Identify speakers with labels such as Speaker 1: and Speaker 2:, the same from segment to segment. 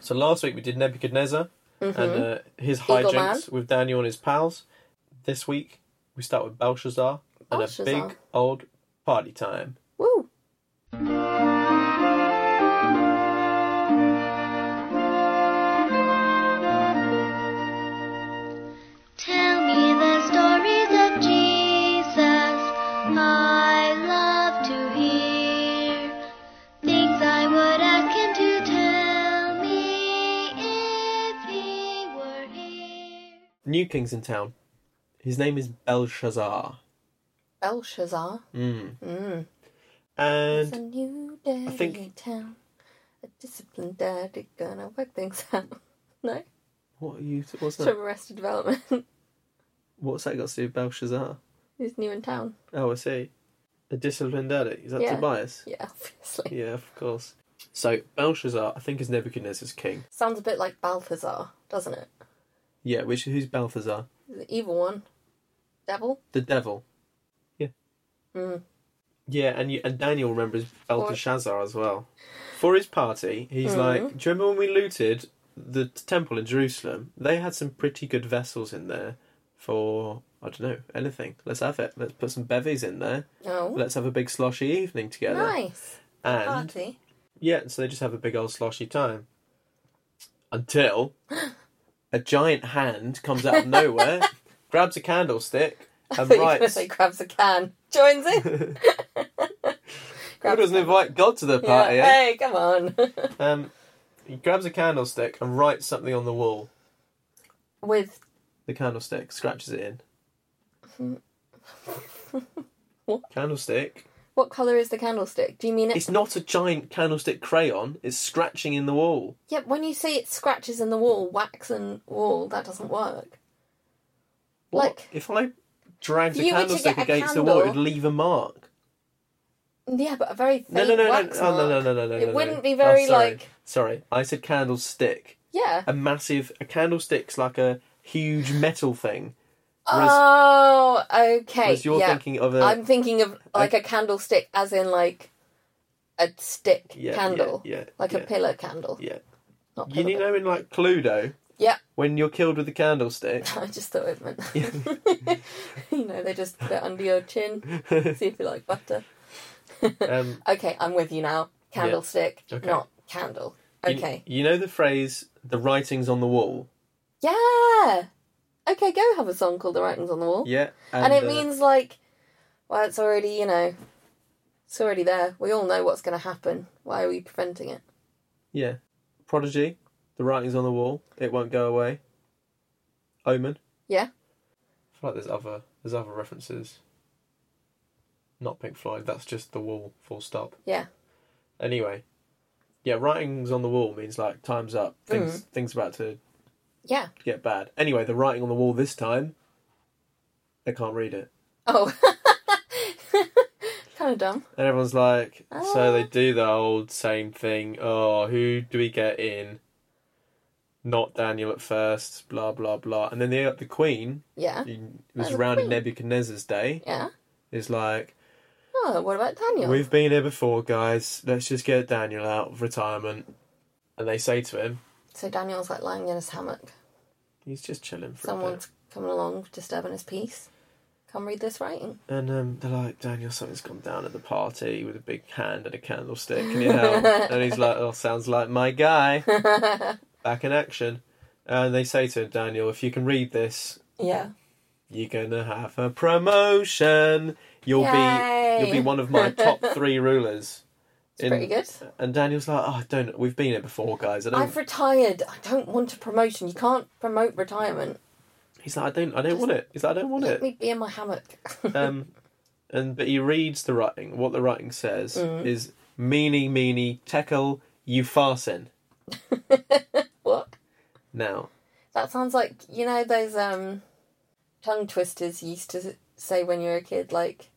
Speaker 1: So last week we did Nebuchadnezzar and uh, his hijinks
Speaker 2: Mm-hmm. Man.
Speaker 1: with Daniel and his pals. This week we start with Belshazzar,
Speaker 2: Belshazzar.
Speaker 1: and a big old party time.
Speaker 2: Woo!
Speaker 3: Tell me the stories of Jesus. I love to hear things I would ask him to tell me if he were here.
Speaker 1: New king's in town. His name is Belshazzar.
Speaker 2: Belshazzar.
Speaker 1: Mm.
Speaker 2: Mm. It's a
Speaker 1: And
Speaker 2: new day
Speaker 1: think-
Speaker 2: in town. A disciplined daddy gonna work things out. No?
Speaker 1: what are you? What's
Speaker 2: It's
Speaker 1: that?
Speaker 2: from Arrested Development.
Speaker 1: What's that got to do with Belshazzar?
Speaker 2: He's new in town.
Speaker 1: Oh, I see. A disciplined daddy. Is that
Speaker 2: Yeah.
Speaker 1: Tobias?
Speaker 2: Yeah, obviously.
Speaker 1: Yeah, of course. So Belshazzar, I think, is Nebuchadnezzar's king.
Speaker 2: Sounds a bit like Balthazar, doesn't it?
Speaker 1: Yeah, which who's Balthazar?
Speaker 2: The evil one. Devil?
Speaker 1: The devil. Yeah.
Speaker 2: Mm.
Speaker 1: Yeah, and you, and Daniel remembers Belteshazzar as well. For his party, he's
Speaker 2: Hmm.
Speaker 1: like, do you remember when we looted the t- temple in Jerusalem? They had some pretty good vessels in there for I don't know anything. Let's have it. Let's put some bevies in there.
Speaker 2: Oh.
Speaker 1: Let's have a big sloshy evening together.
Speaker 2: Nice.
Speaker 1: And
Speaker 2: Party.
Speaker 1: yeah, so they just have a big old sloshy time. Until a giant hand comes out of nowhere, grabs a candlestick,
Speaker 2: I
Speaker 1: and
Speaker 2: thought you were going to
Speaker 1: writes.
Speaker 2: say grabs a can. Joins in.
Speaker 1: Who
Speaker 2: grabs
Speaker 1: doesn't
Speaker 2: a can.
Speaker 1: invite God to their party?
Speaker 2: Yeah.
Speaker 1: eh?
Speaker 2: Hey, come on.
Speaker 1: Um, he grabs a candlestick and writes something on the wall.
Speaker 2: With
Speaker 1: The candlestick scratches it in. Candlestick.
Speaker 2: what colour is the candlestick? Do you mean it?
Speaker 1: It's not a giant candlestick crayon. It's scratching in the wall.
Speaker 2: Yeah, when you say it scratches in the wall, wax and wall, that doesn't work. Like-
Speaker 1: if I dragged
Speaker 2: If
Speaker 1: a
Speaker 2: you were to
Speaker 1: candlestick
Speaker 2: get a
Speaker 1: against the wall, it would
Speaker 2: candle-
Speaker 1: leave a mark.
Speaker 2: Yeah, but a very faint
Speaker 1: No, no, no, no,
Speaker 2: wax
Speaker 1: oh, no, no,
Speaker 2: mark.
Speaker 1: no, no, no.
Speaker 2: It
Speaker 1: no,
Speaker 2: wouldn't
Speaker 1: no.
Speaker 2: be very,
Speaker 1: Oh, sorry.
Speaker 2: like-
Speaker 1: Sorry, I said candlestick.
Speaker 2: Yeah.
Speaker 1: A massive. A candlestick's like a huge metal thing. Whereas,
Speaker 2: Oh, okay.
Speaker 1: whereas you're
Speaker 2: yeah.
Speaker 1: thinking of a.
Speaker 2: I'm thinking of like a candlestick, as in like a stick
Speaker 1: Yeah, yeah,
Speaker 2: candle,
Speaker 1: yeah,
Speaker 2: like
Speaker 1: yeah.
Speaker 2: a pillar candle.
Speaker 1: Yeah.
Speaker 2: Not pillar,
Speaker 1: You
Speaker 2: but-
Speaker 1: know, in like Cluedo,
Speaker 2: Yeah,
Speaker 1: when you're killed with a candlestick.
Speaker 2: I just thought it meant. you know, they just put it under your chin, see if you like butter.
Speaker 1: um,
Speaker 2: Okay, I'm with you now. Candlestick,
Speaker 1: Okay.
Speaker 2: not
Speaker 1: You-
Speaker 2: candle. Okay.
Speaker 1: You, know the phrase "the writings on the wall."
Speaker 2: Yeah. Okay, go have a song called The Writings on the Wall.
Speaker 1: Yeah,
Speaker 2: and, it
Speaker 1: uh,
Speaker 2: means like, well, it's already, you know, it's already there. We all know what's going to happen. Why are we preventing it?
Speaker 1: yeah, prodigy. The writings on the wall. It won't go away. Omen.
Speaker 2: Yeah.
Speaker 1: I feel like there's other there's other references. Not Pink Floyd. That's just the wall. Full stop.
Speaker 2: Yeah.
Speaker 1: Anyway, yeah, writings on the wall means like time's up. Things
Speaker 2: Mm.
Speaker 1: things about to
Speaker 2: Yeah.
Speaker 1: get bad. Anyway, the writing on the wall this time. They can't read it.
Speaker 2: Oh. kind of dumb.
Speaker 1: And everyone's like, so
Speaker 2: Ah.
Speaker 1: they do the old same thing. Oh, who do we get in? Not Daniel at first, blah, blah, blah. And then the, the queen,
Speaker 2: Yeah.
Speaker 1: who was
Speaker 2: Ah, oh, the
Speaker 1: around in
Speaker 2: queen.
Speaker 1: Nebuchadnezzar's day,
Speaker 2: Yeah.
Speaker 1: is like,
Speaker 2: Oh, what about Daniel?
Speaker 1: we've been here before, guys. Let's just get Daniel out of retirement. And they say to him,
Speaker 2: So Daniel's like lying in his hammock.
Speaker 1: he's just chilling for a bit.
Speaker 2: Someone's coming along, disturbing his peace. Come read this writing.
Speaker 1: And um, they're like, Daniel, something's gone down at the party with a big hand and a candlestick. Can you help? and he's like, oh, sounds like my guy. Back in action. And they say to him, Daniel, if you can read this,
Speaker 2: Yeah.
Speaker 1: you're gonna have a promotion. You'll
Speaker 2: Yay.
Speaker 1: be you'll be one of my top three rulers.
Speaker 2: It's pretty good.
Speaker 1: And Daniel's like, oh, I don't. We've been here before, guys. I don't.
Speaker 2: I've retired. I don't want a promotion. You can't promote retirement.
Speaker 1: He's like, I don't. I don't want it. He's like, I don't want
Speaker 2: Let
Speaker 1: it.
Speaker 2: me be in my hammock.
Speaker 1: Um, and but he reads the writing. What the writing says is meeny meeny tekel eupharsin.
Speaker 2: what?
Speaker 1: Now,
Speaker 2: That sounds like you know those um tongue twisters you used to say when you were a kid. Like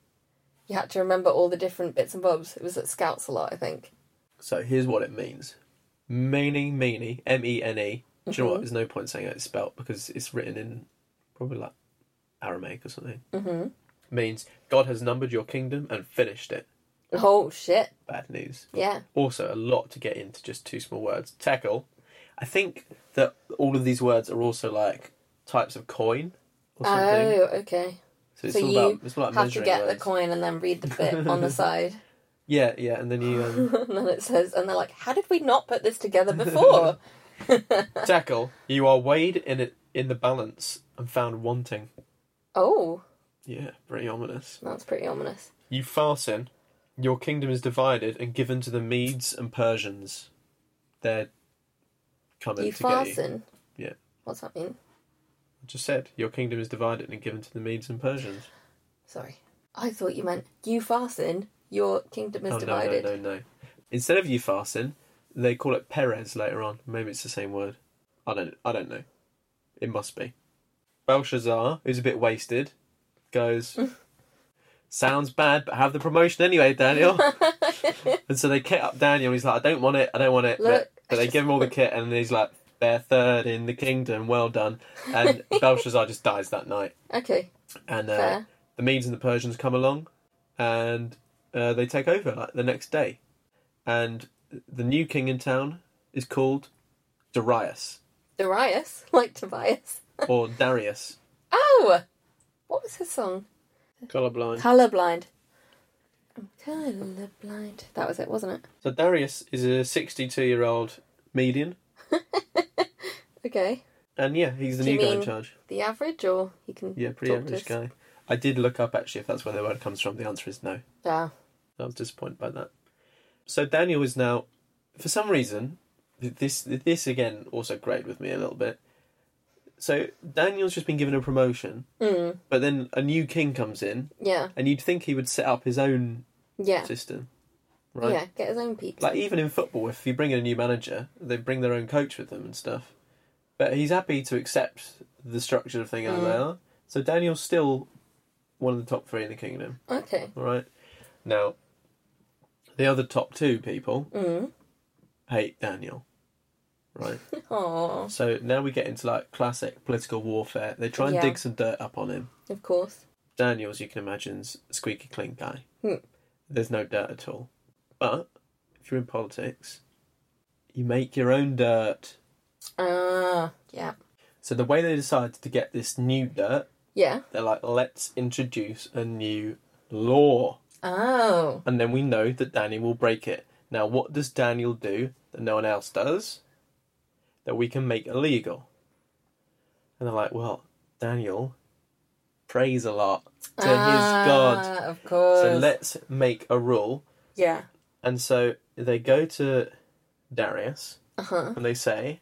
Speaker 2: you had to remember all the different bits and bobs. It was at Scouts a lot, I think.
Speaker 1: so here's what it means: meeny meeny m e n e. Do you know what? There's no point saying how it's spelt because it's written in probably like Aramaic or something. Mm-hmm. Means God has numbered your kingdom and finished it.
Speaker 2: Oh shit!
Speaker 1: Bad news.
Speaker 2: Yeah,
Speaker 1: Also, a lot to get into just two small words. Tekel. I think that all of these words are also like types of coin or something.
Speaker 2: Oh, okay.
Speaker 1: so it's
Speaker 2: so
Speaker 1: all
Speaker 2: you
Speaker 1: about it's all about
Speaker 2: Have to
Speaker 1: measuring
Speaker 2: get the
Speaker 1: words.
Speaker 2: coin and then read the bit on the side.
Speaker 1: Yeah, yeah, and then you um,
Speaker 2: and then it says, and they're like, how did we not put this together before?
Speaker 1: tackle. You are weighed in it in the balance and found wanting.
Speaker 2: oh,
Speaker 1: Yeah, pretty ominous.
Speaker 2: that's pretty ominous.
Speaker 1: You fasten. Your kingdom is divided and given to the Medes and Persians. They're coming
Speaker 2: You
Speaker 1: to get you.
Speaker 2: fasten.
Speaker 1: Yeah.
Speaker 2: What's that mean?
Speaker 1: I just said your kingdom is divided and given to the Medes and Persians.
Speaker 2: Sorry. I thought you meant you fasten, your kingdom is
Speaker 1: oh
Speaker 2: divided.
Speaker 1: no, no, no, no. Instead of you fasten, they call it Perez later on. Maybe it's the same word. I don't. I don't know. It must be. Belshazzar, who's a bit wasted, goes. Sounds bad, but have the promotion anyway, Daniel. and so they kit up Daniel. He's like, I don't want it. I don't want it.
Speaker 2: Look,
Speaker 1: but but they
Speaker 2: I just-
Speaker 1: give him all the kit, and he's like, they're third in the kingdom. Well done. And Belshazzar just dies that night.
Speaker 2: Okay,
Speaker 1: And uh,
Speaker 2: fair.
Speaker 1: the Medes and the Persians come along, and uh, they take over like the next day, and the new king in town is called Darius
Speaker 2: Darius, like Tobias.
Speaker 1: or Darius.
Speaker 2: Oh! What was his song?
Speaker 1: Colorblind.
Speaker 2: Colorblind. I'm colorblind. That was it, wasn't
Speaker 1: So Darius is a 62-year-old Median,
Speaker 2: it? Okay.
Speaker 1: and yeah, he's the
Speaker 2: Do you
Speaker 1: new guy in
Speaker 2: mean-
Speaker 1: charge.
Speaker 2: The average, or you can.
Speaker 1: Yeah, pretty
Speaker 2: talk to
Speaker 1: average
Speaker 2: us?
Speaker 1: guy. I did look up actually if that's where the word comes from. The answer is no.
Speaker 2: Yeah.
Speaker 1: I was disappointed by that. So Daniel is now, for some reason, th- this this again also grated with me a little bit. So Daniel's just been given a promotion,
Speaker 2: Mm,
Speaker 1: but then a new king comes in,
Speaker 2: yeah.
Speaker 1: and you'd think he would set up his own
Speaker 2: Yeah.
Speaker 1: system, right?
Speaker 2: Yeah, get his own people.
Speaker 1: Like even in football, if you bring in a new manager, they bring their own coach with them and stuff. But he's happy to accept the structure of thing as they are. So Daniel's still one of the top three in the kingdom.
Speaker 2: okay.
Speaker 1: All right. Now, the other top two people
Speaker 2: Mm.
Speaker 1: hate Daniel. Right.
Speaker 2: Aww.
Speaker 1: so now we get into like classic political warfare. They try and
Speaker 2: Yeah.
Speaker 1: dig some dirt up on him.
Speaker 2: Of course.
Speaker 1: Daniel, as you can imagine, is a squeaky clean guy.
Speaker 2: Hmm.
Speaker 1: There's no dirt at all. But if you're in politics, you make your own dirt.
Speaker 2: Ah, yeah.
Speaker 1: So the way they decided to get this new dirt,
Speaker 2: Yeah.
Speaker 1: they're like, let's introduce a new law.
Speaker 2: Oh.
Speaker 1: and then we know that Daniel will break it. Now, what does Daniel do that no one else does that we can make illegal? And they're like, well, Daniel prays a lot to his God.
Speaker 2: Ah, Of course.
Speaker 1: So let's make a rule.
Speaker 2: yeah.
Speaker 1: And so they go to Darius
Speaker 2: Uh huh.
Speaker 1: and they say,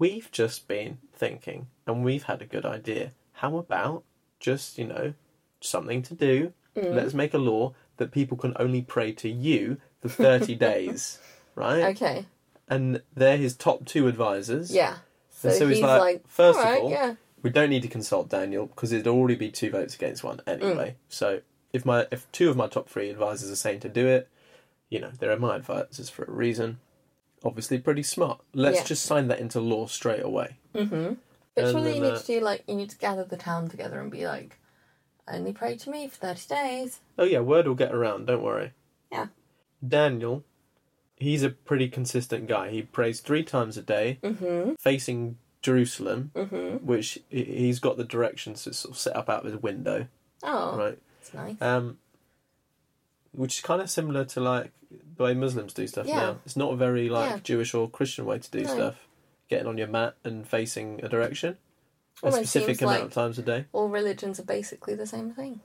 Speaker 1: We've just been thinking and we've had a good idea. How about just, you know, something to do?
Speaker 2: Mm.
Speaker 1: Let's make a law that people can only pray to you for 30 days, right?
Speaker 2: Okay.
Speaker 1: And they're his top two advisors.
Speaker 2: Yeah. So,
Speaker 1: so he's
Speaker 2: he's
Speaker 1: like,
Speaker 2: like,
Speaker 1: first of
Speaker 2: alright,
Speaker 1: all,
Speaker 2: yeah.
Speaker 1: We don't need to consult Daniel because it'd already be two votes against one anyway.
Speaker 2: Mm.
Speaker 1: So if my if two of my top three advisors are saying to do it, you know, they're my advisors for a reason. Obviously, pretty smart. Let's
Speaker 2: Yeah.
Speaker 1: just sign that into law straight away.
Speaker 2: But
Speaker 1: and
Speaker 2: surely you
Speaker 1: then,
Speaker 2: need
Speaker 1: uh,
Speaker 2: to do like you need to gather the town together and be like, only pray to me for thirty days.
Speaker 1: Oh yeah, word will get around. Don't worry.
Speaker 2: Yeah.
Speaker 1: Daniel, he's a pretty consistent guy. He prays three times a day,
Speaker 2: Mm-hmm.
Speaker 1: facing Jerusalem,
Speaker 2: Mm-hmm.
Speaker 1: which he- he's got the directions to sort of set up out of his window,
Speaker 2: Oh,
Speaker 1: right?
Speaker 2: that's nice.
Speaker 1: Um, which is kind of similar to like the way Muslims do stuff
Speaker 2: Yeah.
Speaker 1: now. It's not a very like
Speaker 2: Yeah.
Speaker 1: Jewish or Christian way to do
Speaker 2: No.
Speaker 1: stuff. Getting on your mat and facing a direction, a
Speaker 2: Almost
Speaker 1: specific
Speaker 2: seems
Speaker 1: amount
Speaker 2: like-
Speaker 1: of times a day.
Speaker 2: All religions are basically the same thing.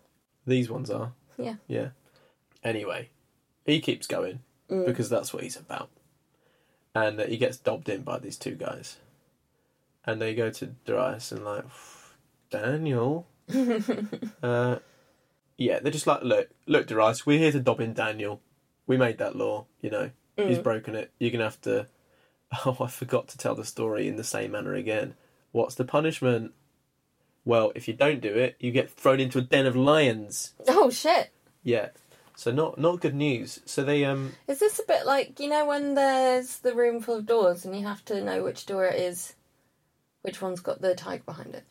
Speaker 1: These ones are.
Speaker 2: Yeah.
Speaker 1: Yeah. Anyway, he keeps going because that's what he's about. And uh, he gets dobbed in by these two guys. And they go to Darius and, like, Daniel. uh, yeah, they're just like, look, look, Darius, we're here to dob in Daniel. We made that law, you know. He's broken it. You're going to have to. Oh, I forgot to tell the story in the same manner again. What's the punishment? Well, if you don't do it, you get thrown into a den of lions.
Speaker 2: Oh shit!
Speaker 1: Yeah. So not not good news. So they um
Speaker 2: Is this a bit like you know when there's the room full of doors and you have to know which door it is, which one's got the tiger behind it?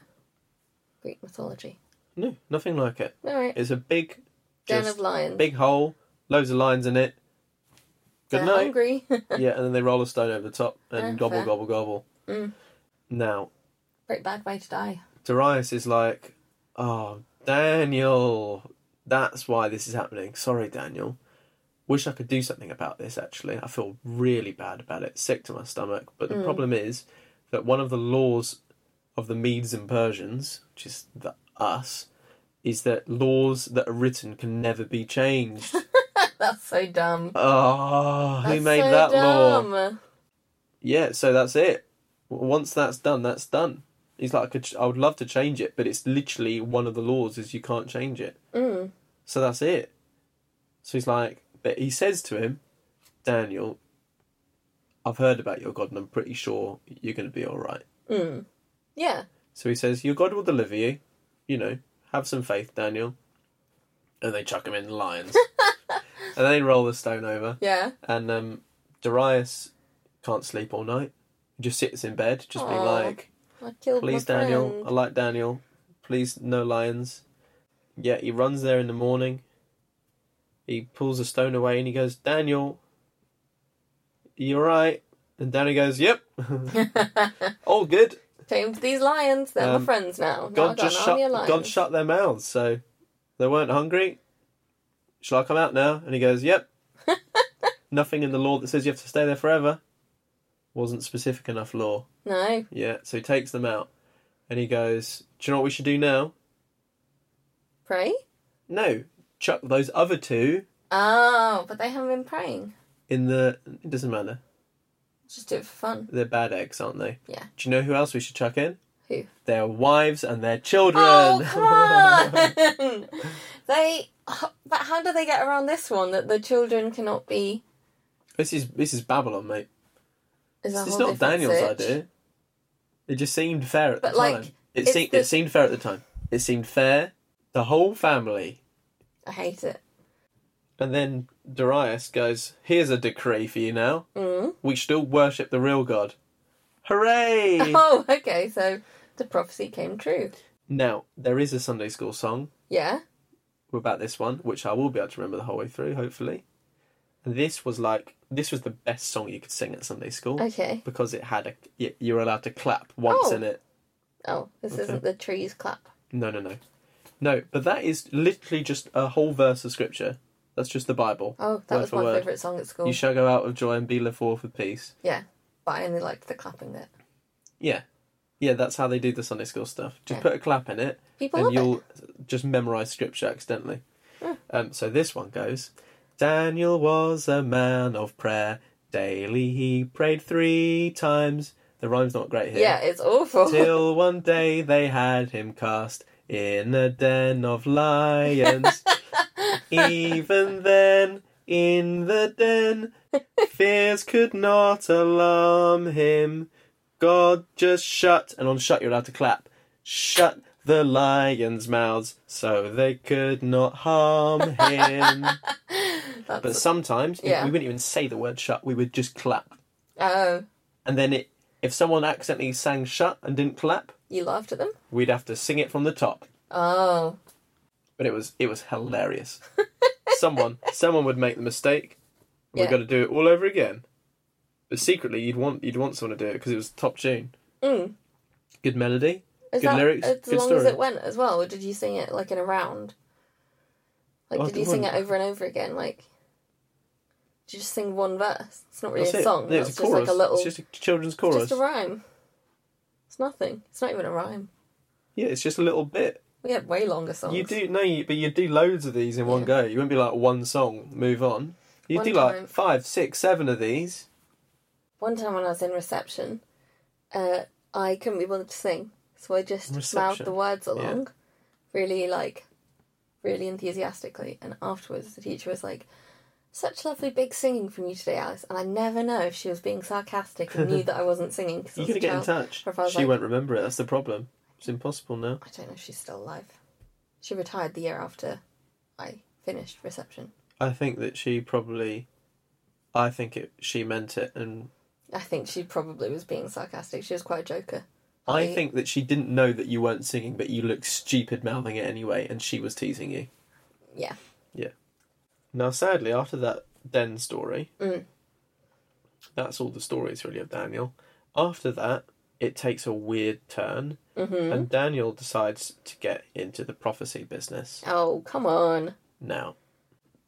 Speaker 2: Greek mythology.
Speaker 1: no nothing like it.
Speaker 2: All right.
Speaker 1: It's a big
Speaker 2: Den
Speaker 1: just
Speaker 2: of lions.
Speaker 1: big hole, loads of lions in it. Good
Speaker 2: They're
Speaker 1: night.
Speaker 2: hungry.
Speaker 1: yeah, and then they roll a stone over the top and
Speaker 2: Oh,
Speaker 1: gobble,
Speaker 2: fair.
Speaker 1: gobble, gobble.
Speaker 2: Mm.
Speaker 1: Now,
Speaker 2: Pretty bad way to die.
Speaker 1: Darius is like, Oh, Daniel, that's why this is happening. Sorry, Daniel. Wish I could do something about this, actually. I feel really bad about it, sick to my stomach. But the
Speaker 2: Hmm.
Speaker 1: problem is that one of the laws of the Medes and Persians, which is the us, is that laws that are written can never be changed.
Speaker 2: That's so dumb.
Speaker 1: oh, who
Speaker 2: That's
Speaker 1: made
Speaker 2: so
Speaker 1: that law?
Speaker 2: dumb.
Speaker 1: yeah, so that's it. W- Once that's done, that's done. He's like, I, could, ch- I would love to change it, but it's literally one of the laws is you can't change it.
Speaker 2: Mm.
Speaker 1: So that's it. So he's like, but he says to him, Daniel, I've heard about your God and I'm pretty sure you're going to be all right.
Speaker 2: Mm. Yeah.
Speaker 1: So he says, your God will deliver you. You know, have some faith, Daniel. And they chuck him in the lions. and they roll the stone over.
Speaker 2: Yeah.
Speaker 1: And um, Darius can't sleep all night. He just sits in bed, just being
Speaker 2: Aw.
Speaker 1: like,
Speaker 2: I killed
Speaker 1: please,
Speaker 2: my
Speaker 1: Daniel,
Speaker 2: friend.
Speaker 1: I like Daniel. Please, no lions. Yeah, he runs there in the morning. He pulls a stone away and he goes, Daniel, you're right. And Daniel goes, Yep, all good.
Speaker 2: Tamed these lions. They're
Speaker 1: Um,
Speaker 2: my friends now. Now I've
Speaker 1: God
Speaker 2: got
Speaker 1: just
Speaker 2: an
Speaker 1: shut
Speaker 2: army of lions.
Speaker 1: God shut their mouths, so they weren't hungry. Shall I come out now? And he goes, Yep. Nothing in the law that says you have to stay there forever. Wasn't specific enough law.
Speaker 2: No.
Speaker 1: Yeah. So he takes them out and he goes, Do you know what we should do now?
Speaker 2: Pray?
Speaker 1: No. Chuck those other two
Speaker 2: Oh, but they haven't been praying.
Speaker 1: in the it doesn't matter.
Speaker 2: Just do it for fun.
Speaker 1: They're bad eggs, aren't they?
Speaker 2: Yeah.
Speaker 1: Do you know who else we should chuck in?
Speaker 2: Who?
Speaker 1: Their wives and their children.
Speaker 2: Oh, come on! they. But how do they get around this one that the children cannot be.
Speaker 1: this is this is Babylon, mate.
Speaker 2: Is a
Speaker 1: It's
Speaker 2: whole
Speaker 1: not
Speaker 2: different
Speaker 1: Daniel's
Speaker 2: search.
Speaker 1: idea. It just seemed fair at
Speaker 2: But,
Speaker 1: the
Speaker 2: like,
Speaker 1: time. It
Speaker 2: it's
Speaker 1: seemed
Speaker 2: the-
Speaker 1: it seemed fair at the time. It seemed fair. The whole family,
Speaker 2: I hate it.
Speaker 1: and then Darius goes, "Here's a decree for you now.
Speaker 2: Mm.
Speaker 1: We still worship the real God. Hooray!"
Speaker 2: Oh, okay, so the prophecy came true.
Speaker 1: now there is a Sunday school song
Speaker 2: Yeah?
Speaker 1: about this one, which I will be able to remember the whole way through, hopefully. And this was like this was the best song you could sing at Sunday school
Speaker 2: Okay.
Speaker 1: because it had a y- you were allowed to clap once
Speaker 2: Oh.
Speaker 1: in it.
Speaker 2: Oh, this isn't the trees clap.
Speaker 1: No, no, no. No, but that is literally just a whole verse of scripture. That's just the Bible.
Speaker 2: Oh, that
Speaker 1: Word
Speaker 2: was
Speaker 1: for
Speaker 2: my
Speaker 1: word.
Speaker 2: favourite song at school.
Speaker 1: You shall go out of joy and be left forth with peace.
Speaker 2: yeah, but I only liked the clapping bit.
Speaker 1: Yeah. Yeah, that's how they do the Sunday school stuff. Just
Speaker 2: Yeah.
Speaker 1: put a clap in it
Speaker 2: People
Speaker 1: and
Speaker 2: love
Speaker 1: you'll
Speaker 2: it.
Speaker 1: just memorize scripture accidentally. Um, so this one goes Daniel was a man of prayer. Daily he prayed three times. The rhyme's not great here.
Speaker 2: Yeah, it's awful.
Speaker 1: Till one day they had him cast in a den of lions. Even then, in the den, fears could not alarm him. God just shut, and on shut you're allowed to clap. Shut the lions' mouths so they could not harm him.
Speaker 2: That's,
Speaker 1: but sometimes
Speaker 2: Yeah.
Speaker 1: we wouldn't even say the word shut, we would just clap.
Speaker 2: oh,
Speaker 1: And then it, if someone accidentally sang shut and didn't clap,
Speaker 2: you laughed at them?
Speaker 1: we'd have to sing it from the top.
Speaker 2: Oh,
Speaker 1: But it was it was hilarious. someone someone would make the mistake. And
Speaker 2: Yeah.
Speaker 1: We've got to do it all over again. But secretly, you'd want you'd want someone to do it because it was top tune,
Speaker 2: mm.
Speaker 1: good melody.
Speaker 2: Is
Speaker 1: Good
Speaker 2: that
Speaker 1: lyrics,
Speaker 2: as
Speaker 1: good
Speaker 2: long as
Speaker 1: story.
Speaker 2: it went as well, or did you sing it like in a round? Like,
Speaker 1: Oh,
Speaker 2: did you sing it
Speaker 1: one-
Speaker 2: over and over again? Like, did you just sing one verse? It's not really
Speaker 1: That's
Speaker 2: a
Speaker 1: it.
Speaker 2: song.
Speaker 1: Yeah,
Speaker 2: That's
Speaker 1: it's a
Speaker 2: just
Speaker 1: chorus.
Speaker 2: like a little,
Speaker 1: It's
Speaker 2: just
Speaker 1: just a children's chorus.
Speaker 2: a rhyme. It's nothing. It's not even a rhyme.
Speaker 1: Yeah, it's just a little bit.
Speaker 2: We had way longer songs.
Speaker 1: You do no, you, but you do loads of these in one
Speaker 2: Yeah.
Speaker 1: go. You wouldn't be like one song, move on. You
Speaker 2: One
Speaker 1: do
Speaker 2: time.
Speaker 1: like five, six, seven of these.
Speaker 2: One time when I was in reception, uh, I couldn't be bothered to sing, so I just mouthed
Speaker 1: Reception.
Speaker 2: the words along, really like, really enthusiastically. And afterwards, the teacher was like, "Such lovely big singing from you today, Alice." And I never know if she was being sarcastic and knew that I wasn't singing. Cause I
Speaker 1: You
Speaker 2: was
Speaker 1: gotta
Speaker 2: a
Speaker 1: get in
Speaker 2: child,
Speaker 1: touch.
Speaker 2: or if I was
Speaker 1: She
Speaker 2: like-
Speaker 1: won't remember it. That's the problem. It's impossible now.
Speaker 2: I don't know if she's still alive. She retired the year after I finished reception.
Speaker 1: I think that she probably. I think it. She meant it, and
Speaker 2: I think she probably was being sarcastic. She was quite a joker.
Speaker 1: I
Speaker 2: Right.
Speaker 1: think that she didn't know that you weren't singing, but you looked stupid mouthing it anyway, and she was teasing you.
Speaker 2: Yeah.
Speaker 1: Now, sadly, after that Den story,
Speaker 2: Mm.
Speaker 1: That's all the stories really of Daniel. After that, it takes a weird turn, and Daniel decides to get into the prophecy business.
Speaker 2: Oh, come on.
Speaker 1: Now,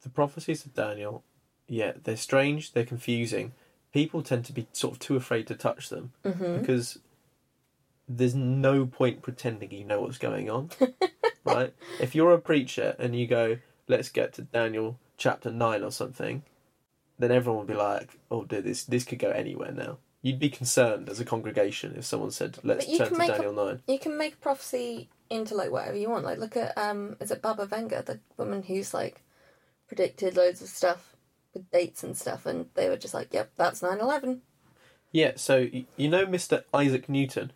Speaker 1: the prophecies of Daniel, yeah, they're strange, they're confusing. People tend to be sort of too afraid to touch them
Speaker 2: Mm-hmm.
Speaker 1: because there's no point pretending you know what's going on, right? If you're a preacher and you go, let's get to Daniel chapter 9 or something, then everyone would be like, oh, dude, this, this could go anywhere now. You'd be concerned as a congregation if someone said, let's
Speaker 2: But you
Speaker 1: turn
Speaker 2: can
Speaker 1: to
Speaker 2: make a-
Speaker 1: Daniel 9.
Speaker 2: You can make prophecy into like whatever you want. Like look at um is it Baba Venga, the woman who's like predicted loads of stuff with dates and stuff and they were just like, Yep, that's nine eleven.
Speaker 1: Yeah, so y- you know Mr. Isaac Newton?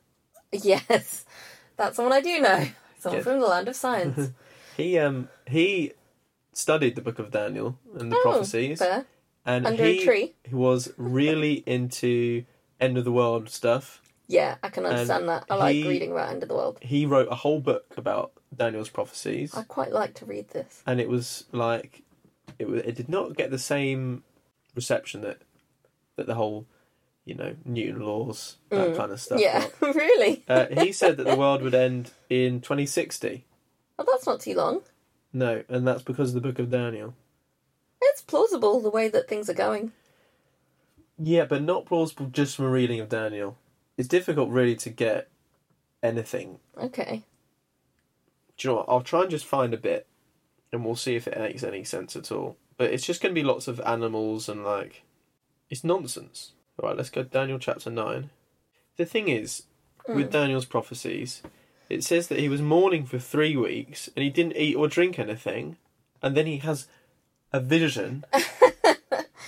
Speaker 2: Yes. That's someone I do know. Someone
Speaker 1: Good.
Speaker 2: from the land of science.
Speaker 1: He um he studied the book of Daniel and the
Speaker 2: Oh,
Speaker 1: prophecies,
Speaker 2: fair.
Speaker 1: and
Speaker 2: under a
Speaker 1: he
Speaker 2: tree.
Speaker 1: was really into end of the world stuff.
Speaker 2: Yeah, I can understand that. I like
Speaker 1: he-
Speaker 2: reading about End of the World.
Speaker 1: He wrote a whole book about Daniel's prophecies,
Speaker 2: I quite like to read this.
Speaker 1: and it was like it wa- it did not get the same reception that that the whole you know Newton laws that kind of stuff.
Speaker 2: Mm. yeah,
Speaker 1: got.
Speaker 2: really?
Speaker 1: Uh, he said that the world would end in 2060.
Speaker 2: Well, Oh, that's not too long.
Speaker 1: No, and that's because of the book of Daniel.
Speaker 2: It's plausible the way that things are going.
Speaker 1: Yeah, but not plausible just from a reading of Daniel. It's difficult, really, to get anything.
Speaker 2: Okay.
Speaker 1: Do you know what? I'll try and just find a bit, and we'll see if it makes any sense at all. But it's just going to be lots of animals and like, it's nonsense. All right, let's go to Daniel chapter nine. The thing is,
Speaker 2: Hmm.
Speaker 1: with Daniel's prophecies, it says that he was mourning for three weeks and he didn't eat or drink anything, and then he has a vision.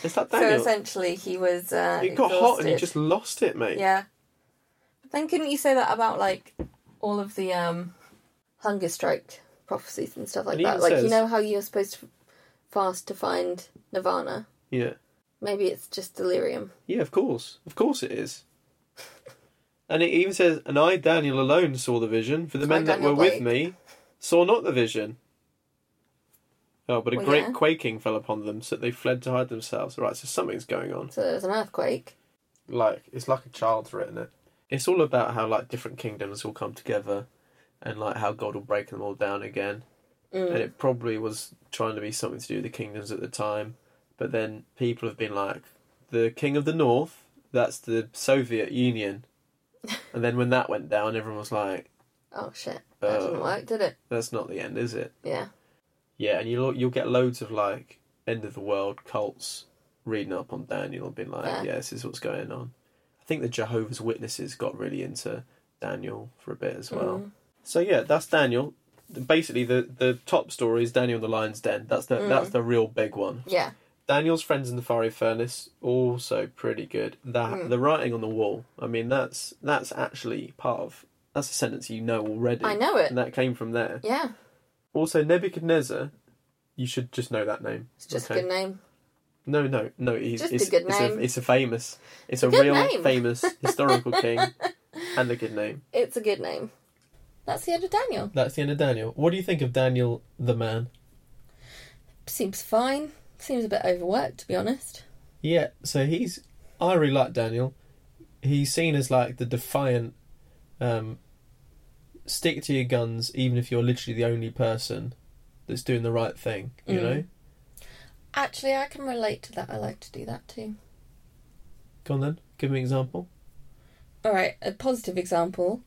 Speaker 1: it's like
Speaker 2: So
Speaker 1: Daniel.
Speaker 2: essentially, he was. Uh,
Speaker 1: it got hot and he
Speaker 2: exhausted.
Speaker 1: just lost it, mate.
Speaker 2: Yeah. But then couldn't you say that about like all of the um hunger strike prophecies and stuff like
Speaker 1: It
Speaker 2: that?
Speaker 1: even
Speaker 2: Like you
Speaker 1: says-
Speaker 2: know how you're supposed to fast to find nirvana?
Speaker 1: yeah.
Speaker 2: Maybe it's just delirium.
Speaker 1: Yeah, of course. Of course it is. And it even says, And I, Daniel, alone saw the vision, for the
Speaker 2: I,
Speaker 1: men that
Speaker 2: Daniel
Speaker 1: were with me saw not the vision. Oh, but a
Speaker 2: Well,
Speaker 1: great
Speaker 2: yeah.
Speaker 1: quaking fell upon them, so they fled to hide themselves. Right, so something's going on.
Speaker 2: So there was an earthquake.
Speaker 1: Like, it's like a child's written it. It's all about how, like, different kingdoms will come together and, like, how God will break them all down again. And it probably was trying to be something to do with the kingdoms at the time. But then people have been like, the king of the north, that's the Soviet Union. and then when that went down, everyone was like,
Speaker 2: Oh shit! That didn't
Speaker 1: Oh.
Speaker 2: work, did it?
Speaker 1: that's not the end, is it?
Speaker 2: Yeah.
Speaker 1: Yeah, and you'll, you'll get loads of, like, end of the world cults reading up on Daniel and being like,
Speaker 2: Yeah.
Speaker 1: yeah, this is what's going on. I think the Jehovah's Witnesses got really into Daniel for a bit as well.
Speaker 2: Mm-hmm.
Speaker 1: So yeah, that's Daniel. Basically, the, the top story is Daniel in the Lion's Den. That's the
Speaker 2: Mm.
Speaker 1: that's the real big one.
Speaker 2: Yeah.
Speaker 1: Daniel's friends in the fiery furnace also pretty good. That
Speaker 2: Mm.
Speaker 1: the writing on the wall. I mean, that's that's actually part of that's a sentence you know already.
Speaker 2: I know it.
Speaker 1: and that came from there.
Speaker 2: Yeah.
Speaker 1: Also, Nebuchadnezzar. You should just know that name.
Speaker 2: It's just a good name.
Speaker 1: No, no, no. He's,
Speaker 2: Just a
Speaker 1: it's,
Speaker 2: good
Speaker 1: it's
Speaker 2: name.
Speaker 1: It's a, famous. It's, a
Speaker 2: good
Speaker 1: real
Speaker 2: name.
Speaker 1: famous historical king, and a good name.
Speaker 2: It's a good name. That's the end of Daniel.
Speaker 1: That's the end of Daniel. What do you think of Daniel the man?
Speaker 2: Seems fine. Seems a bit overworked, to be honest.
Speaker 1: Yeah, so he's I really like Daniel. He's seen as like the defiant um stick to your guns even if you're literally the only person that's doing the right thing, you
Speaker 2: Mm.
Speaker 1: know?
Speaker 2: Actually, I can relate to that. I like to do that too.
Speaker 1: Go on then, give me an example.
Speaker 2: All right, a positive example.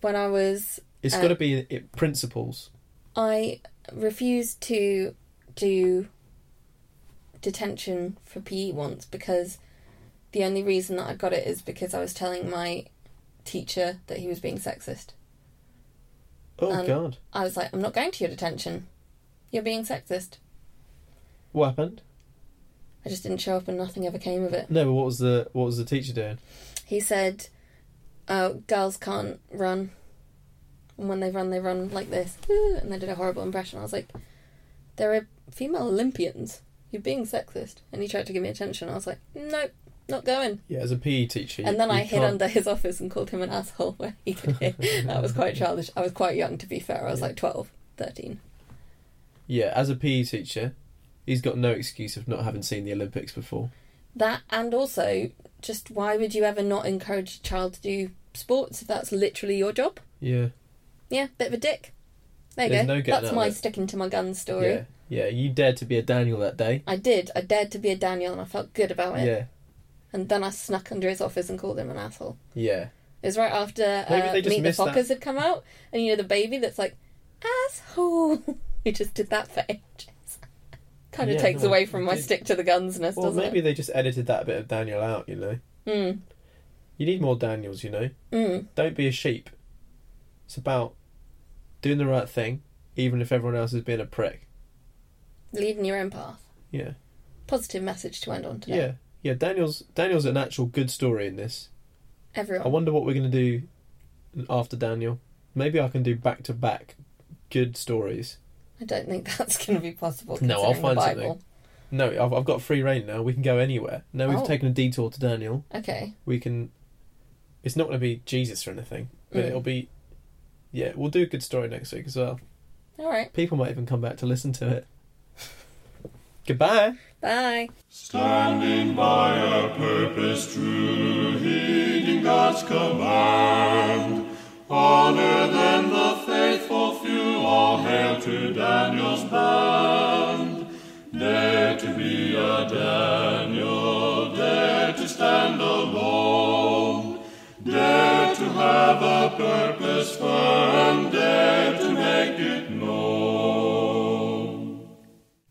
Speaker 2: When I was,
Speaker 1: It's
Speaker 2: Uh,
Speaker 1: got to be it, principles.
Speaker 2: I refused to do detention for PE once because the only reason that I got it is because I was telling my teacher that he was being sexist.
Speaker 1: Oh
Speaker 2: um,
Speaker 1: god.
Speaker 2: I was like, I'm not going to your detention. You're being sexist.
Speaker 1: What happened?
Speaker 2: I just didn't show up and nothing ever came of it.
Speaker 1: No, but what was the what was the teacher doing?
Speaker 2: He said, Oh, girls can't run. And when they run, they run like this. Ooh, And they did a horrible impression. I was like, There are female Olympians. You're being sexist. And he tried to give me attention. I was like, Nope, not going.
Speaker 1: Yeah, as a PE teacher. you-
Speaker 2: And then
Speaker 1: you
Speaker 2: I hid
Speaker 1: can't-
Speaker 2: under his office and called him an asshole where he could hear. that was quite childish. I was quite young, to be fair. I was like 12, 13.
Speaker 1: E Yeah, as a PE teacher, he's got no excuse of not having seen the Olympics before.
Speaker 2: That and also just why would you ever not encourage a child to do sports if that's literally your job?
Speaker 1: Yeah.
Speaker 2: Yeah, bit of a dick. There you
Speaker 1: There's
Speaker 2: go.
Speaker 1: no getting out
Speaker 2: that's
Speaker 1: of
Speaker 2: my
Speaker 1: it.
Speaker 2: sticking to my guns story.
Speaker 1: Yeah. Yeah. You dared to be a Daniel that day.
Speaker 2: I did. I dared to be a Daniel and I felt good about it.
Speaker 1: Yeah.
Speaker 2: And then I snuck under his office and called him an asshole.
Speaker 1: Yeah.
Speaker 2: It was right after
Speaker 1: Maybe
Speaker 2: uh,
Speaker 1: they just
Speaker 2: Meet the
Speaker 1: missed that.
Speaker 2: Fockers had come out, and you know the baby that's like asshole. He just did that for ages. kind of
Speaker 1: Yeah,
Speaker 2: takes
Speaker 1: no,
Speaker 2: away
Speaker 1: it
Speaker 2: from my
Speaker 1: did.
Speaker 2: stick to the guns ness,
Speaker 1: Well,
Speaker 2: doesn't Hmm.
Speaker 1: maybe they just edited that bit of Daniel out. You know,
Speaker 2: it?
Speaker 1: you need more Daniels. You know,
Speaker 2: Mm. Mm.
Speaker 1: don't be a sheep. It's about doing the right thing, even if everyone else is being a prick.
Speaker 2: Leading your own path.
Speaker 1: Yeah.
Speaker 2: Positive message to end on today.
Speaker 1: Yeah. Yeah. Daniel's Daniel's an actual good story in this. I
Speaker 2: Everyone.
Speaker 1: wonder what we're gonna do after Daniel. Maybe I can do back to back good stories.
Speaker 2: I don't think that's going to be possible.
Speaker 1: No, I'll
Speaker 2: considering
Speaker 1: find
Speaker 2: the Bible.
Speaker 1: No, I've, I've got free reign now. We can go anywhere. Now we've
Speaker 2: Oh.
Speaker 1: taken a detour to Daniel.
Speaker 2: Okay.
Speaker 1: We can. It's not going to be Jesus or anything, but
Speaker 2: Mm.
Speaker 1: it'll be. Yeah, we'll do a good story next week as well.
Speaker 2: All right.
Speaker 1: People might even come back to listen to it. Goodbye.
Speaker 2: Bye.
Speaker 4: Standing by a purpose true, heeding God's command. Honor then the faithful few, all hail to Daniel's band. Dare to be a Daniel, dare to stand alone. Dare to have a purpose firm, dare to make it known.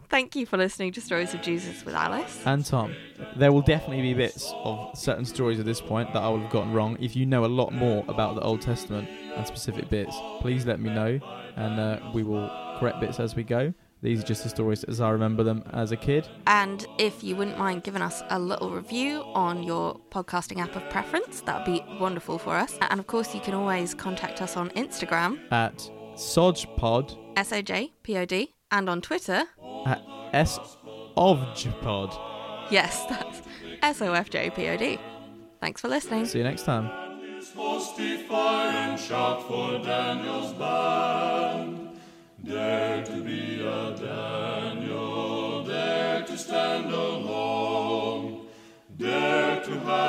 Speaker 5: Thank you for listening to Stories of Jesus with Alice.
Speaker 6: And Tom, there will definitely be bits of certain stories at this point that I will have gotten wrong. If you know a lot more about the Old Testament and specific bits, please let me know, and uh, we will correct bits as we go. These are just the stories as I remember them as a kid.
Speaker 5: And if you wouldn't mind giving us a little review on your podcasting app of preference, that would be wonderful for us. And of course, you can always contact us on Instagram,
Speaker 6: At Sojpod,
Speaker 5: S O J P O D, and on Twitter,
Speaker 6: at S Ovjpod.
Speaker 5: yes, that's S O F J P O D. Thanks for listening.
Speaker 6: See you next time.
Speaker 4: host defy and shout for Daniel's band. Dare to be a Daniel, dare to stand alone, dare to have.